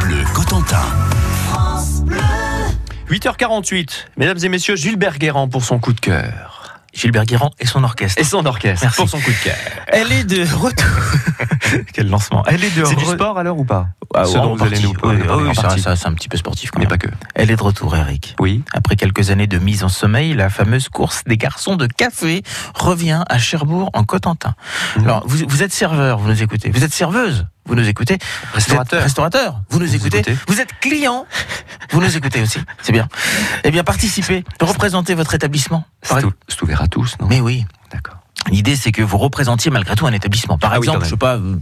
Bleu Cotentin. 8h48, mesdames et messieurs, Gilbert Guérand pour son coup de cœur. Gilbert Guérand et son orchestre. Et son orchestre Merci. pour son coup de cœur. Elle est de retour. Quel lancement. Elle est de C'est du re- sport alors ou pas Ah, ce ouais, dont en vous allez partie. nous Oui, parler oui, en ça- partie. ça, c'est un petit peu sportif quand Mais même. pas que. Elle est de retour, Eric. Oui. Après quelques années de mise en sommeil, la fameuse course des garçons de café revient à Cherbourg, en Cotentin. Mhm. Alors, vous, vous êtes serveur, vous nous écoutez. Vous êtes serveuse, vous nous écoutez. Vous êtes Restaurateur. restaurateur, vous nous Vous écoutez. écoutez. Vous êtes client, vous nous écoutez aussi. C'est bien. Eh bien, participez, représentez votre établissement. Par- C'est tout- c'est ouvert à tous, non Mais oui. D'accord. L'idée, c'est que vous représentiez malgré tout un établissement. Par Ah oui, exemple, quand je sais pas, euh,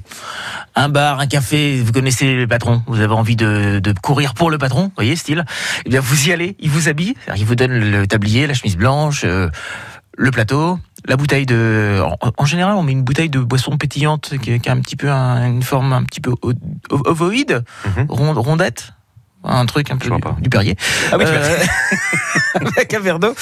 un bar, un café, vous connaissez les patrons, vous avez envie de, de courir pour le patron, vous voyez, style. Eh bien, vous y allez, il vous habille, c'est-à-dire, il vous donne le tablier, la chemise blanche, euh, le plateau, la bouteille de. En, en général, on met une bouteille de boisson pétillante qui, qui a un petit peu un- une forme un petit peu o- o- ovoïde, Mhm. ronde- rondette. Un truc un peu Je vois du, pas. du Perrier. Ah oui, tu Euh, avec un verre d'eau.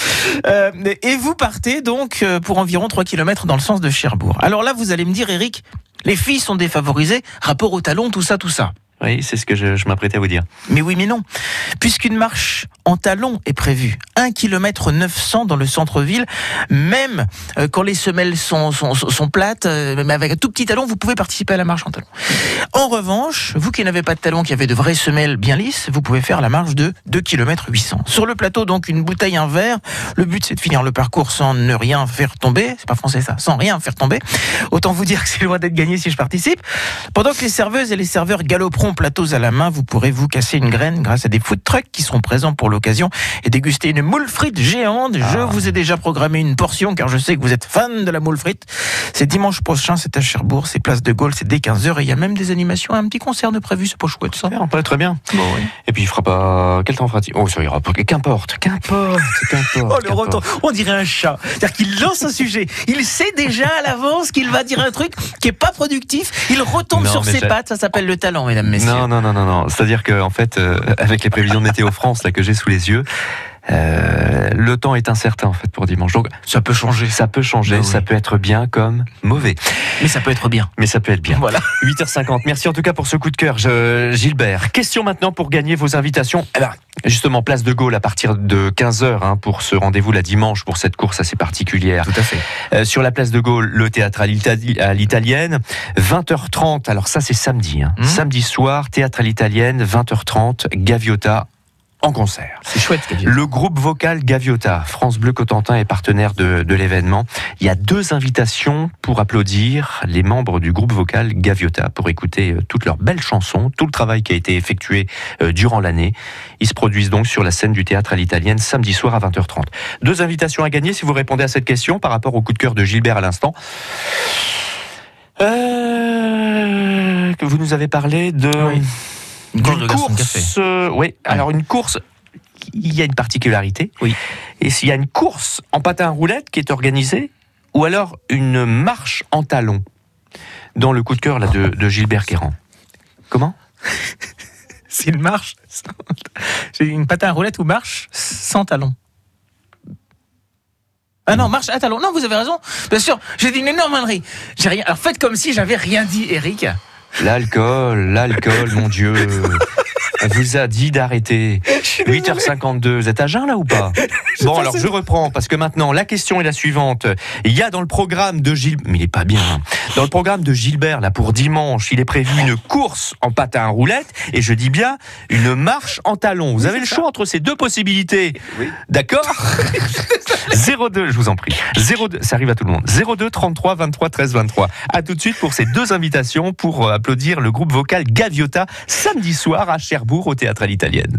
Euh, et vous partez donc euh, pour environ 3 km dans le sens de Cherbourg. Alors là, vous allez me dire, Eric, les filles sont défavorisées, rapport au talon, tout ça, tout ça. Oui, c'est ce que je, je m'apprêtais à vous dire. Mais oui, mais non. Puisqu'une marche en talon est prévue, 1 km 900 dans le centre-ville, même euh, quand les semelles sont, sont, sont- sont plates, euh, même avec un tout petit talon, vous pouvez participer à la marche en talon. En revanche, vous qui n'avez pas de talon, qui avez de vraies semelles bien lisses, vous pouvez faire la marche de 2 km 800. Sur le plateau, donc, une bouteille, un verre. Le but, c'est de finir le parcours sans ne rien faire tomber. C'est pas français, ça. Sans rien faire tomber. Autant vous dire que c'est loin d'être gagné si je participe. Pendant que les serveuses et les serveurs galoperont plateaux à la main, vous pourrez vous casser une graine grâce à des food trucks qui seront présents pour l'occasion et déguster une moule frite géante. Je Ah. vous ai déjà programmé une portion car je sais que vous êtes fan de la moule frite. C'est dimanche prochain, c'est à Cherbourg, c'est place de Gaulle, c'est dès 15h et il y a même des animations et un petit concert de prévu, c'est pas chouette ça. on peut très bien. Et puis il fera pas. Quel temps fera-t-il Oh, ça ira pas. Qu'importe, qu'importe, qu'importe. Oh le qu'importe. retour, on dirait un chat. C'est-à-dire qu'il lance un sujet, il sait déjà à l'avance qu'il va dire un truc qui est pas productif, il retombe Non, sur mais ses ça- pattes, ça s'appelle le talent mesdames messieurs. Non, non, non, non, non. C'est-à-dire que, en fait, euh, avec les prévisions de météo France là que j'ai sous les yeux, euh, le temps est incertain en fait pour dimanche. Donc Ça peut changer, ça peut changer, Bah oui. ça peut être bien comme mauvais, mais ça peut être bien. mais ça peut être bien. Voilà. 8h50. Merci en tout cas pour ce coup de cœur, je- Gilbert. Question maintenant pour gagner vos invitations. Eh ben, justement, place de Gaulle à partir de 15h hein, pour ce rendez-vous la dimanche pour cette course assez particulière. Tout à fait. Euh, sur la place de Gaulle, le théâtre à l'Itali- à l'italienne. 20h30, alors ça c'est samedi. hein. Mhm. Samedi soir, théâtre à l'italienne, 20h30, Gaviota en concert. C'est chouette ce qu'elle dit. Le groupe vocal Gaviota, France Bleu Cotentin est partenaire de, de l'événement. Il y a deux invitations pour applaudir les membres du groupe vocal Gaviota pour écouter euh, toutes leurs belles chansons, tout le travail qui a été effectué euh, durant l'année. Ils se produisent donc sur la scène du théâtre à l'italienne samedi soir à 20h30. Deux invitations à gagner si vous répondez à cette question par rapport au coup de cœur de Gilbert à l'instant. Euh, que vous nous avez parlé de Oui. Une gorge d'une de garçon de café. course, euh, oui. Alors une course, il y a une particularité. Oui. Et s'il y a une course en patin à roulette qui est organisée, ou alors une marche en talons, dans le coup de cœur là de, de Gilbert Guérand. Comment C'est une marche. sans- J'ai une patin à roulette ou marche sans talon. Ah non, marche à talon. Non, vous avez raison. Bien sûr, j'ai dit une énorme ânerie. J'ai rien. Alors faites comme si j'avais rien dit, Eric. L'alcool, l'alcool, mon Dieu. On vous a dit d'arrêter. 8h52, vous êtes à jeun là ou pas Bon, alors je reprends parce que maintenant la question est la suivante. Il y a dans le programme de Gilbert, mais il est pas bien. hein. Dans le programme de Gilbert là pour dimanche, il est prévu une course en patin à roulette et je dis bien une marche en talons. Vous avez le choix entre ces deux possibilités. D'accord 02, je vous en prie. 02, ça arrive à tout le monde. 02 33 23 13 23. À tout de suite pour ces deux invitations pour euh, applaudir le groupe vocal Gaviota samedi soir à Cherbourg au théâtre à l'italienne.